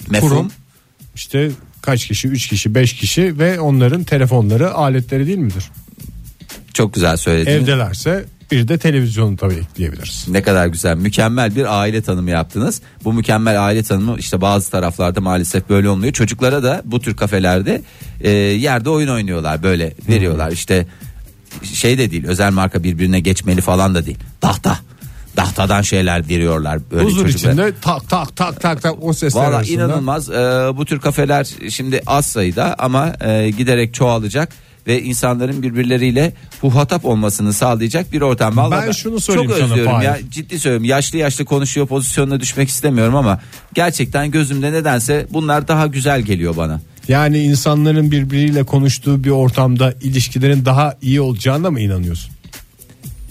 [SPEAKER 4] Mefhum.
[SPEAKER 3] kurum işte kaç kişi? 3 kişi, 5 kişi ve onların telefonları aletleri değil midir?
[SPEAKER 4] çok güzel söyledin
[SPEAKER 3] Evdelerse bir de televizyonu tabii ekleyebiliriz.
[SPEAKER 4] Ne kadar güzel mükemmel bir aile tanımı yaptınız. Bu mükemmel aile tanımı işte bazı taraflarda maalesef böyle olmuyor. Çocuklara da bu tür kafelerde e, yerde oyun oynuyorlar böyle veriyorlar işte şey de değil özel marka birbirine geçmeli falan da değil. Tahta tahtadan şeyler veriyorlar böyle
[SPEAKER 3] Huzur
[SPEAKER 4] çocuklara.
[SPEAKER 3] içinde tak tak tak tak tak o sesler
[SPEAKER 4] Valla
[SPEAKER 3] arasında.
[SPEAKER 4] inanılmaz Ee, bu tür kafeler şimdi az sayıda ama e, giderek çoğalacak ve insanların birbirleriyle huhatap olmasını sağlayacak bir ortam. Vallahi
[SPEAKER 3] Ben şunu söyleyeyim
[SPEAKER 4] çok
[SPEAKER 3] sana
[SPEAKER 4] özlüyorum
[SPEAKER 3] Fahir.
[SPEAKER 4] ya ciddi söylüyorum yaşlı yaşlı konuşuyor pozisyonuna düşmek istemiyorum ama gerçekten gözümde nedense bunlar daha güzel geliyor bana.
[SPEAKER 3] Yani insanların birbiriyle konuştuğu bir ortamda ilişkilerin daha iyi olacağına mı inanıyorsun?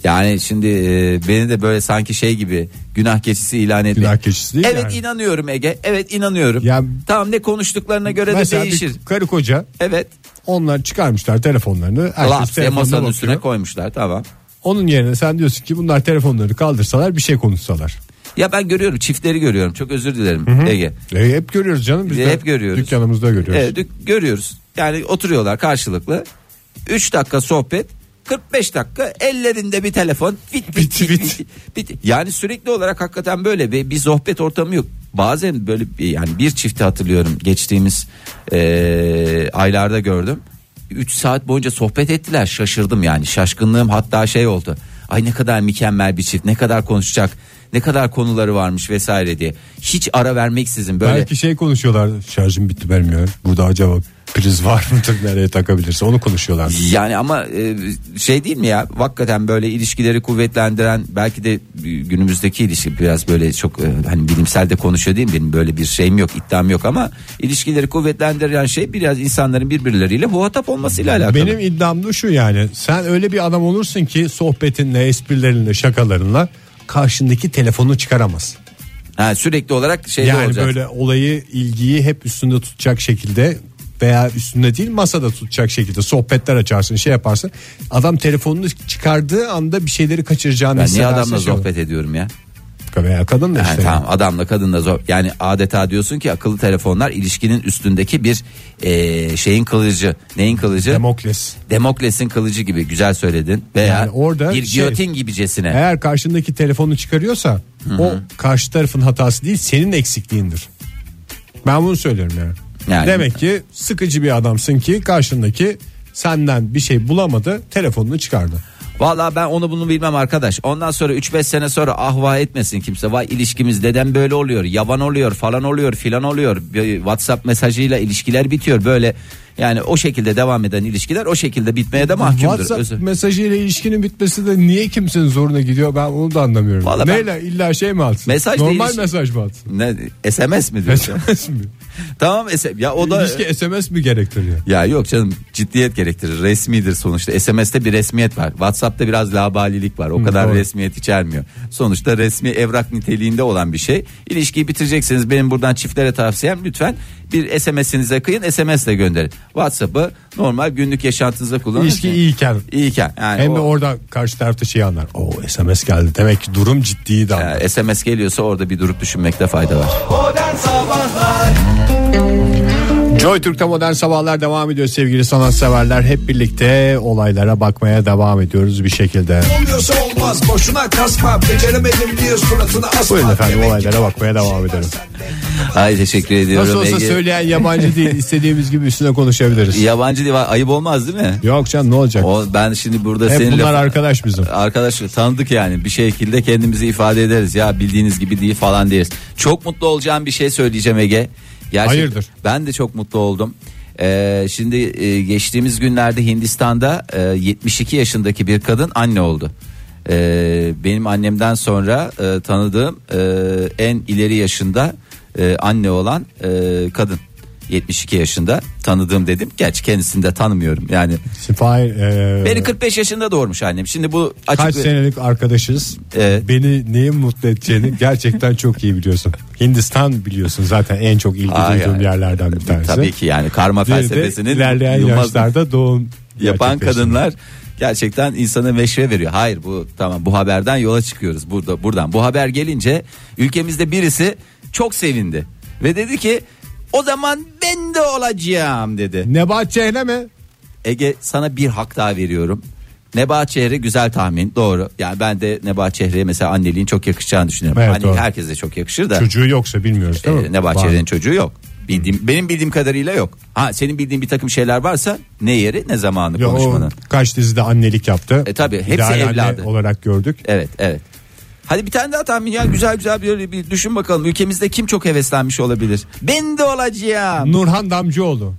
[SPEAKER 4] Yani şimdi e, beni de böyle sanki şey gibi günah keçisi ilan etmek.
[SPEAKER 3] Günah keçisi değil
[SPEAKER 4] evet
[SPEAKER 3] yani.
[SPEAKER 4] inanıyorum Ege. Evet inanıyorum.
[SPEAKER 3] Ya-
[SPEAKER 4] tamam ne konuştuklarına göre
[SPEAKER 3] Mesela
[SPEAKER 4] de değişir.
[SPEAKER 3] bir karı koca
[SPEAKER 4] Evet.
[SPEAKER 3] onlar çıkarmışlar telefonlarını. Herkes
[SPEAKER 4] Laps diye
[SPEAKER 3] telefonuna
[SPEAKER 4] masanın
[SPEAKER 3] bakıyor.
[SPEAKER 4] üstüne koymuşlar tamam.
[SPEAKER 3] Onun yerine sen diyorsun ki bunlar telefonlarını kaldırsalar bir şey konuşsalar.
[SPEAKER 4] Ya ben görüyorum çiftleri görüyorum çok özür dilerim Ege.
[SPEAKER 3] E, hep görüyoruz canım biz de
[SPEAKER 4] hep görüyoruz.
[SPEAKER 3] Dükkanımızda görüyoruz.
[SPEAKER 4] Evet, dük- görüyoruz. Yani oturuyorlar karşılıklı. 3 dakika sohbet 45 dakika ellerinde bir telefon bit bit bit, bit, bit. yani sürekli olarak hakikaten böyle bir, bir sohbet ortamı yok bazen böyle bir, yani bir çifti hatırlıyorum geçtiğimiz eee, aylarda gördüm 3 saat boyunca sohbet ettiler şaşırdım yani şaşkınlığım hatta şey oldu ay ne kadar mükemmel bir çift ne kadar konuşacak ne kadar konuları varmış vesaire diye hiç ara vermeksizin böyle
[SPEAKER 3] Belki şey konuşuyorlar şarjım bitti vermiyor. Burada acaba priz var mıdır nereye takabilirse onu konuşuyorlar.
[SPEAKER 4] Yani ama e, şey değil mi ya hakikaten böyle ilişkileri kuvvetlendiren belki de e, günümüzdeki ilişki biraz böyle çok e, hani bilimsel de konuşuyor değil mi benim böyle bir şeyim yok iddiam yok ama ilişkileri kuvvetlendiren şey biraz insanların birbirleriyle muhatap olmasıyla alakalı.
[SPEAKER 3] Benim iddiam da şu yani sen öyle bir adam olursun ki sohbetinle esprilerinle şakalarınla karşındaki telefonu çıkaramaz.
[SPEAKER 4] ha, sürekli olarak şeyde
[SPEAKER 3] Yani
[SPEAKER 4] olacak.
[SPEAKER 3] böyle olayı ilgiyi hep üstünde tutacak şekilde veya üstünde değil masada tutacak şekilde sohbetler açarsın şey yaparsın. Adam telefonunu çıkardığı anda bir şeyleri kaçıracağını
[SPEAKER 4] ben niye
[SPEAKER 3] hissedersin.
[SPEAKER 4] adamla
[SPEAKER 3] şey olur.
[SPEAKER 4] sohbet ediyorum ya?
[SPEAKER 3] Veya kadın da
[SPEAKER 4] Yani
[SPEAKER 3] işte.
[SPEAKER 4] tamam adamla kadınla zor. Yani adeta diyorsun ki akıllı telefonlar ilişkinin üstündeki bir e, şeyin kılıcı. Neyin kılıcı?
[SPEAKER 3] Demokles.
[SPEAKER 4] Demokles'in kılıcı gibi güzel söyledin veya
[SPEAKER 3] Yani orada
[SPEAKER 4] bir
[SPEAKER 3] şey-
[SPEAKER 4] giyotin gibicesine.
[SPEAKER 3] Eğer karşındaki telefonu çıkarıyorsa o karşı tarafın hatası değil senin eksikliğindir. Ben bunu söylüyorum yani.
[SPEAKER 4] Yani-
[SPEAKER 3] Demek ki sıkıcı bir adamsın ki karşındaki senden bir şey bulamadı telefonunu çıkardı.
[SPEAKER 4] Vallahi ben onu bunu bilmem arkadaş. Ondan sonra 3-5 sene sonra ah vah etmesin kimse. Vay ilişkimiz neden böyle oluyor? Yaban oluyor falan oluyor filan oluyor. Bir WhatsApp mesajıyla ilişkiler bitiyor böyle. Yani o şekilde devam eden ilişkiler o şekilde bitmeye de mahkumdur.
[SPEAKER 3] WhatsApp
[SPEAKER 4] Özür-
[SPEAKER 3] mesajıyla ilişkinin bitmesi de niye kimsenin zoruna gidiyor ben onu da anlamıyorum.
[SPEAKER 4] Vallahi ben-
[SPEAKER 3] Neyle illa şey mi atsın?
[SPEAKER 4] Mesaj
[SPEAKER 3] Normal
[SPEAKER 4] değil-
[SPEAKER 3] mesaj mı atsın? <laughs>
[SPEAKER 4] Ne SMS mi diyorsun?
[SPEAKER 3] SMS mi?
[SPEAKER 4] tamam SMS. Ya o da
[SPEAKER 3] İlişki SMS mi gerektiriyor?
[SPEAKER 4] Ya yok canım ciddiyet gerektirir resmidir sonuçta SMS'te bir resmiyet var Whatsapp'ta biraz labalilik var o kadar
[SPEAKER 3] doğru.
[SPEAKER 4] resmiyet içermiyor Sonuçta resmi evrak niteliğinde olan bir şey İlişkiyi bitirecekseniz benim buradan çiftlere tavsiyem lütfen bir SMS'inize kıyın SMS'le gönderin Whatsapp'ı normal günlük yaşantınızda kullanın
[SPEAKER 3] İlişki iyiken
[SPEAKER 4] şey- İyiken yani
[SPEAKER 3] Hem de
[SPEAKER 4] o-
[SPEAKER 3] orada karşı tarafta şey anlar. O SMS geldi. Demek ki durum ciddiydi ama.
[SPEAKER 4] Ya, SMS geliyorsa orada bir durup düşünmekte fayda var
[SPEAKER 5] Modern Sabahlar
[SPEAKER 3] Joy Türk'te modern sabahlar devam ediyor sevgili sanatseverler. Hep birlikte olaylara bakmaya devam ediyoruz bir şekilde.
[SPEAKER 2] Olmuyorsa olmaz boşuna kasma Beceremedim diye suratına asma
[SPEAKER 3] Buyurun efendim
[SPEAKER 2] Demek
[SPEAKER 3] olaylara bakmaya devam edelim.
[SPEAKER 4] Ay teşekkür ediyorum.
[SPEAKER 3] Nasıl olsa
[SPEAKER 4] şey Ege.
[SPEAKER 3] söyleyen
[SPEAKER 4] <laughs>
[SPEAKER 3] yabancı değil istediğimiz gibi üstüne konuşabiliriz.
[SPEAKER 4] Yabancı diye ayıp olmaz değil mi?
[SPEAKER 3] Yok canım ne olacak?
[SPEAKER 4] O, ben şimdi burada
[SPEAKER 3] Hep
[SPEAKER 4] seninle
[SPEAKER 3] bunlar arkadaş bizim.
[SPEAKER 4] arkadaş tanıdık yani bir şekilde kendimizi ifade ederiz ya bildiğiniz gibi değil falan deriz. Çok mutlu olacağım bir şey söyleyeceğim Ege. Gerçek-
[SPEAKER 3] Hayırdır?
[SPEAKER 4] Ben de çok mutlu oldum. Ee, şimdi e, geçtiğimiz günlerde Hindistan'da e, 72 yaşındaki bir kadın anne oldu. Ee, benim annemden sonra e, tanıdığım e, en ileri yaşında e, anne olan e, kadın. 72 yaşında tanıdığım dedim. Gerçi kendisini de tanımıyorum yani.
[SPEAKER 3] Fahir, e,
[SPEAKER 4] Beni 45 yaşında doğurmuş annem. Şimdi bu açık
[SPEAKER 3] kaç senelik arkadaşız.
[SPEAKER 4] Evet.
[SPEAKER 3] Beni neyin mutlu edeceğini gerçekten çok iyi biliyorsun. Hindistan biliyorsun zaten en çok ilgi
[SPEAKER 4] Ay,
[SPEAKER 3] duyduğum
[SPEAKER 4] ay.
[SPEAKER 3] yerlerden bir tanesi.
[SPEAKER 4] Tabii ki yani karma
[SPEAKER 3] Bir de
[SPEAKER 4] felsefesinin
[SPEAKER 3] ilerleyen
[SPEAKER 4] yılmaz-
[SPEAKER 3] yaşlarda doğum
[SPEAKER 4] yapan
[SPEAKER 3] gerçekleşti.
[SPEAKER 4] kadınlar gerçekten insana meşve veriyor. Hayır bu tamam bu haberden yola çıkıyoruz. Burada buradan bu haber gelince ülkemizde birisi çok sevindi ve dedi ki o zaman ben de olacağım dedi.
[SPEAKER 3] Nebahat Cehne mi?
[SPEAKER 4] Ege sana bir hak daha veriyorum. Nebahat Çehre güzel tahmin doğru. Yani ben de Nebahat Çehre'ye mesela anneliğin çok yakışacağını düşünüyorum.
[SPEAKER 3] Evet,
[SPEAKER 4] Annelik
[SPEAKER 3] doğru.
[SPEAKER 4] herkese çok yakışır da.
[SPEAKER 3] Çocuğu yoksa bilmiyoruz değil mi?
[SPEAKER 4] Ee, ne
[SPEAKER 3] Var
[SPEAKER 4] Bahçeli'nin
[SPEAKER 3] mı?
[SPEAKER 4] çocuğu yok. Bildiğim, benim bildiğim kadarıyla yok. Ha senin bildiğin bir takım şeyler varsa ne yeri ne zamanı
[SPEAKER 3] Ya o
[SPEAKER 4] konuşmanın.
[SPEAKER 3] kaç dizide annelik yaptı.
[SPEAKER 4] E, tabii, hepsi
[SPEAKER 3] İdeal anne
[SPEAKER 4] evladı. E,
[SPEAKER 3] olarak gördük.
[SPEAKER 4] Evet evet. Hadi bir tane daha tahmin ya güzel güzel bir, bir düşün bakalım ülkemizde kim çok heveslenmiş olabilir? Ben de olacağım.
[SPEAKER 3] E, Nurhan Damcıoğlu.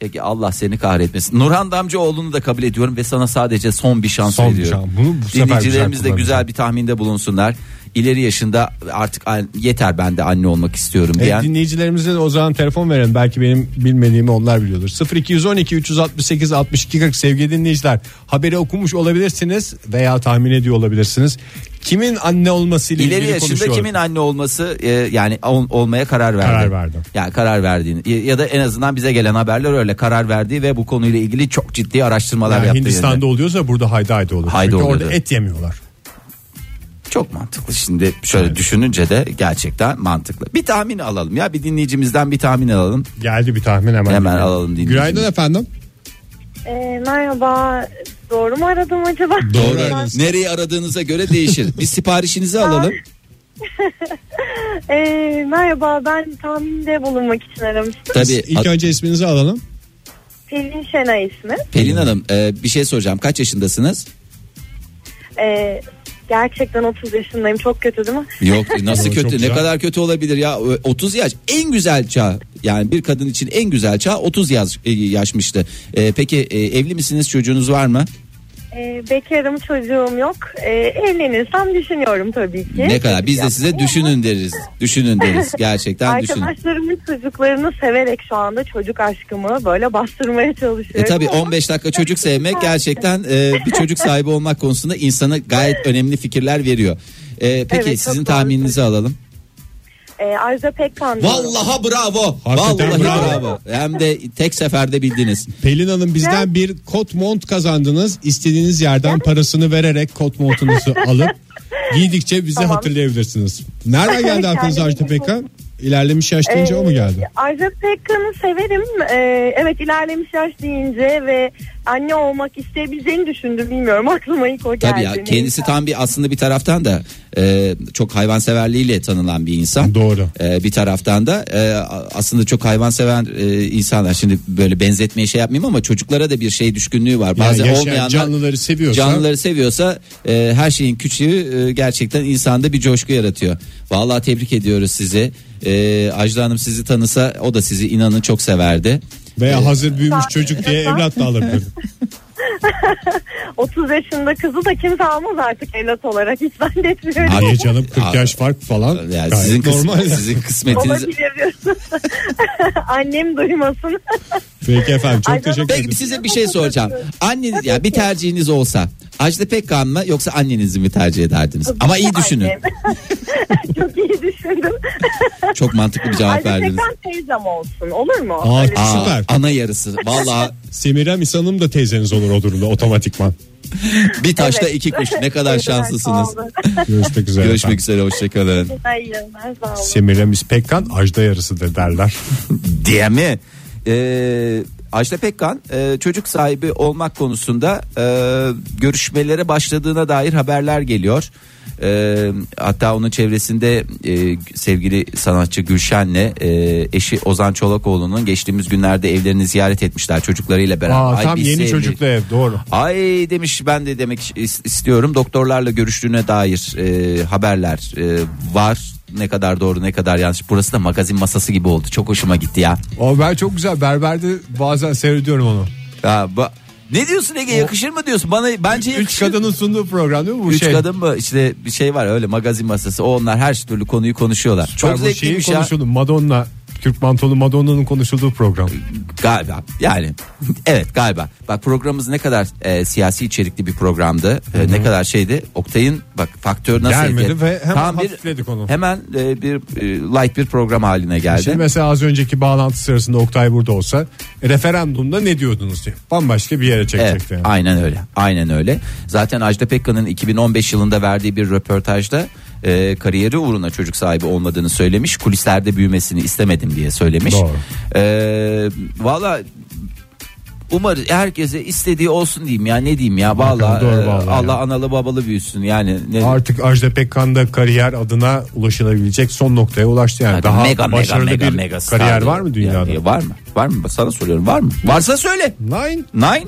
[SPEAKER 4] Peki Allah seni kahretmesin. Nurhan Damcıoğlu'nu da kabul ediyorum ve sana sadece son bir şans
[SPEAKER 3] Son bir
[SPEAKER 4] veriyorum.
[SPEAKER 3] şans. Bunu bu sefer güzel
[SPEAKER 4] Dinleyicilerimiz de güzel
[SPEAKER 3] kullanacağım.
[SPEAKER 4] bir tahminde bulunsunlar. İleri yaşında artık an- yeter ben de anne olmak istiyorum
[SPEAKER 3] E,
[SPEAKER 4] diyen.
[SPEAKER 3] dinleyicilerimize de o zaman telefon verelim. Belki benim bilmediğimi onlar biliyordur. 0212 368 62 40 sevgili dinleyiciler. Haberi okumuş olabilirsiniz veya tahmin ediyor olabilirsiniz. Kimin anne olmasıyla
[SPEAKER 4] İleri
[SPEAKER 3] ilgili
[SPEAKER 4] yaşında
[SPEAKER 3] konuşuyoruz.
[SPEAKER 4] kimin anne olması e, yani ol- olmaya karar verdi.
[SPEAKER 3] Karar verdim.
[SPEAKER 4] Yani karar verdiğini ya- ya da en azından bize gelen haberler öyle karar verdiği ve bu konuyla ilgili çok ciddi araştırmalar
[SPEAKER 3] Yani
[SPEAKER 4] yaptı.
[SPEAKER 3] Hindistan'da oluyorsa burada haydi haydi olur.
[SPEAKER 4] Haydi
[SPEAKER 3] Çünkü
[SPEAKER 4] olur,
[SPEAKER 3] orada
[SPEAKER 4] evet.
[SPEAKER 3] et yemiyorlar.
[SPEAKER 4] Çok mantıklı. Şimdi şöyle düşününce de gerçekten mantıklı. Bir tahmin alalım ya bir dinleyicimizden bir tahmin alalım.
[SPEAKER 3] Geldi bir tahmin hemen.
[SPEAKER 4] Hemen alalım dinleyicimizi.
[SPEAKER 3] Günaydın efendim.
[SPEAKER 6] Ee, merhaba. Doğru mu aradım acaba? Ee,
[SPEAKER 4] Nereye aradığınıza göre değişir. bir siparişinizi alalım.
[SPEAKER 6] Ee, merhaba. Ben tahminde bulunmak için aramıştım.
[SPEAKER 4] Tabii
[SPEAKER 3] İlk önce isminizi alalım.
[SPEAKER 6] Pelin Şena ismi.
[SPEAKER 4] Pelin Hanım e, bir şey soracağım. Kaç yaşındasınız?
[SPEAKER 6] Ee, gerçekten 30 yaşındayım. Çok kötü değil mi?
[SPEAKER 4] Yok e, nasıl
[SPEAKER 3] Çok
[SPEAKER 4] kötü ne
[SPEAKER 3] güzel.
[SPEAKER 4] kadar kötü olabilir ya Ö- 30 yaş en güzel çağ yani bir kadın için en güzel çağ 30 yaş e, yaşmıştı. E, peki e, evli misiniz çocuğunuz var mı?
[SPEAKER 6] Ee, bekarım çocuğum yok. Ee, evlenirsem düşünüyorum tabii ki.
[SPEAKER 4] Ne kadar biz de size düşünün deriz düşünün deriz gerçekten düşünün.
[SPEAKER 6] Arkadaşlarımın çocuklarını severek şu anda çocuk aşkımı böyle bastırmaya
[SPEAKER 4] E
[SPEAKER 6] çalışıyorum.
[SPEAKER 4] tabi
[SPEAKER 6] ama
[SPEAKER 4] 15 dakika çocuk sevmek gerçekten e, bir çocuk sahibi olmak konusunda insana gayet önemli fikirler veriyor. E, peki
[SPEAKER 6] Evet, çok
[SPEAKER 4] sizin
[SPEAKER 6] doğru.
[SPEAKER 4] tahmininizi alalım.
[SPEAKER 6] e, Arda Pekkan. diyorum.
[SPEAKER 4] Vallahi bravo.
[SPEAKER 3] Hakikaten
[SPEAKER 4] Vallahi bravo.
[SPEAKER 3] bravo.
[SPEAKER 4] Hem de tek seferde bildiniz.
[SPEAKER 3] Pelin Hanım bizden bir kot mont kazandınız. İstediğiniz yerden parasını vererek kot
[SPEAKER 6] <laughs>
[SPEAKER 3] montunuzu alıp giydikçe bizi
[SPEAKER 6] Tamam.
[SPEAKER 3] hatırlayabilirsiniz. Nereden geldi aklınıza
[SPEAKER 6] Yani
[SPEAKER 3] Ajda
[SPEAKER 6] bir
[SPEAKER 3] Pekkan? İlerlemiş yaş deyince
[SPEAKER 6] Ee,
[SPEAKER 3] o mu geldi?
[SPEAKER 6] Arda Pekkan'ı severim. Ee, evet ilerlemiş yaş deyince ve anne olmak isteyebileceğini düşündüm. Bilmiyorum aklıma ilk o geldi.
[SPEAKER 4] Tabii ya kendisi tam bir aslında bir taraftan da e, çok hayvanseverliğiyle tanınan bir insan.
[SPEAKER 3] Doğru.
[SPEAKER 4] E, bir taraftan da e, a- aslında çok hayvansever e, insanlar. Şimdi böyle benzetmeye şey yapmayayım ama çocuklara da bir şey düşkünlüğü var.
[SPEAKER 3] Yani
[SPEAKER 4] Bazen
[SPEAKER 3] yaşayan
[SPEAKER 4] olmayanlar
[SPEAKER 3] canlıları seviyorsa-
[SPEAKER 4] canlıları seviyorsa e, her şeyin küçüğü e, gerçekten insanda bir coşku yaratıyor. Vallahi tebrik ediyoruz sizi. E, Ajda Hanım sizi tanısa o da sizi inanın çok severdi.
[SPEAKER 3] Veya hazır büyümüş
[SPEAKER 6] Sağ-
[SPEAKER 3] çocuk diye
[SPEAKER 6] Sağ-
[SPEAKER 3] evlat da
[SPEAKER 6] <laughs>
[SPEAKER 3] alabilir.
[SPEAKER 6] 30 yaşında kızı da kimse almaz artık evlat olarak. Hiç zannetmiyorum.
[SPEAKER 4] Abi,
[SPEAKER 3] Niye canım 40
[SPEAKER 4] Abi.
[SPEAKER 3] yaş fark falan.
[SPEAKER 4] Yani
[SPEAKER 3] Gayet
[SPEAKER 4] sizin, kısmet-
[SPEAKER 3] normal.
[SPEAKER 4] sizin kısmetiniz
[SPEAKER 6] <laughs> Olabilir diyorsun. <laughs> Annem duymasın.
[SPEAKER 3] Peki efendim çok
[SPEAKER 6] Ay, canım.
[SPEAKER 3] teşekkür ederim.
[SPEAKER 4] Peki size bir şey soracağım. Anneniz ya bir tercihiniz olsa Ajda Pekkan mı yoksa annenizi mi tercih ederdiniz? <laughs> Ama iyi düşünün.
[SPEAKER 6] Annem. <laughs> Çok iyi düşündüm.
[SPEAKER 4] Çok mantıklı bir cevap
[SPEAKER 6] Arda
[SPEAKER 4] verdiniz.
[SPEAKER 6] Pekkan teyzem olsun olur mu?
[SPEAKER 3] Aa,
[SPEAKER 6] Öyle- şey.
[SPEAKER 4] Aa,
[SPEAKER 3] Süper.
[SPEAKER 4] ana yarısı. Vallahi
[SPEAKER 3] Semirem İsan'ım da teyzeniz olur o durumda otomatikman.
[SPEAKER 4] bir taşta
[SPEAKER 6] Evet.
[SPEAKER 4] iki kuş. Ne kadar
[SPEAKER 6] Evet,
[SPEAKER 4] şanslısınız.
[SPEAKER 6] sağ olun.
[SPEAKER 3] Görüşmek üzere.
[SPEAKER 4] Görüşmek
[SPEAKER 3] efendim.
[SPEAKER 4] üzere hoşçakalın.
[SPEAKER 6] Hayır, ben sağ olun.
[SPEAKER 3] Semirem İspekkan Ajda yarısıdır derler.
[SPEAKER 4] Diye mi? e, Ajda Pekkan e, çocuk sahibi olmak konusunda e, görüşmelere başladığına dair haberler geliyor. E, hatta onun çevresinde e, sevgili sanatçı Gülşen'le e, eşi Ozan Çolakoğlu'nun geçtiğimiz günlerde evlerini ziyaret etmişler çocuklarıyla beraber.
[SPEAKER 3] Aa,
[SPEAKER 4] Ay
[SPEAKER 3] tam
[SPEAKER 4] biz
[SPEAKER 3] yeni
[SPEAKER 4] sevdik.
[SPEAKER 3] çocuklu ev doğru.
[SPEAKER 4] Ay demiş ben de demek is- istiyorum doktorlarla görüştüğüne dair e, haberler e, var. Ne kadar doğru ne kadar yanlış. Burası da magazin masası gibi oldu. Çok hoşuma gitti ya.
[SPEAKER 3] O ben çok güzel berberde bazen seyrediyorum onu.
[SPEAKER 4] ya ba- ne diyorsun Ege yakışır mı diyorsun? Bana bence yakışır.
[SPEAKER 3] Üç kadının sunduğu program değil mi bu
[SPEAKER 4] Üç
[SPEAKER 3] şey?
[SPEAKER 4] kadın mı? İşte bir şey var öyle magazin masası. O onlar her türlü konuyu konuşuyorlar.
[SPEAKER 3] Ben
[SPEAKER 4] Çok
[SPEAKER 3] bu şeyin
[SPEAKER 4] zevkliymiş ya.
[SPEAKER 3] konuşuldu. Madonna, Türk mantolu Madonna'nın konuşulduğu program.
[SPEAKER 4] Galiba yani evet galiba. Bak programımız ne kadar e, siyasi içerikli bir programdı. E, ne kadar şeydi. Oktay'ın bak faktör nasıl
[SPEAKER 3] Gelmedi
[SPEAKER 4] etki-
[SPEAKER 3] ve hemen
[SPEAKER 4] Tam bir-
[SPEAKER 3] hafifledik onu.
[SPEAKER 4] Hemen e, bir e, light bir program haline geldi.
[SPEAKER 3] Şimdi mesela az önceki bağlantı sırasında Oktay burada olsa "E, referandumda ne diyordunuz diye. Bambaşka bir yere
[SPEAKER 4] Evet,
[SPEAKER 3] çekecekti. yani.
[SPEAKER 4] aynen öyle. Aynen öyle. Zaten Ajda Pekkan'ın 2015 yılında verdiği bir röportajda e, kariyeri uğruna çocuk sahibi olmadığını söylemiş. Kulislerde büyümesini istemedim diye söylemiş.
[SPEAKER 3] Doğru.
[SPEAKER 4] E, Valla umarız herkese istediği olsun diyeyim ya ne diyeyim ya valla
[SPEAKER 3] Doğru
[SPEAKER 4] e,
[SPEAKER 3] vallahi
[SPEAKER 4] Allah
[SPEAKER 3] ya.
[SPEAKER 4] analı babalı büyüsün yani ne
[SPEAKER 3] Artık Ajda Pekkan da kariyer adına ulaşılabilecek son noktaya ulaştı yani.
[SPEAKER 4] Hadi
[SPEAKER 3] Daha
[SPEAKER 4] mega, mega,
[SPEAKER 3] başarılı
[SPEAKER 4] mega,
[SPEAKER 3] bir
[SPEAKER 4] mega star
[SPEAKER 3] kariyer
[SPEAKER 4] diyor.
[SPEAKER 3] var mı dünyada?
[SPEAKER 4] Yani var mı? Var mı? Sana soruyorum var mı? Varsa söyle.
[SPEAKER 3] Nine
[SPEAKER 4] Nine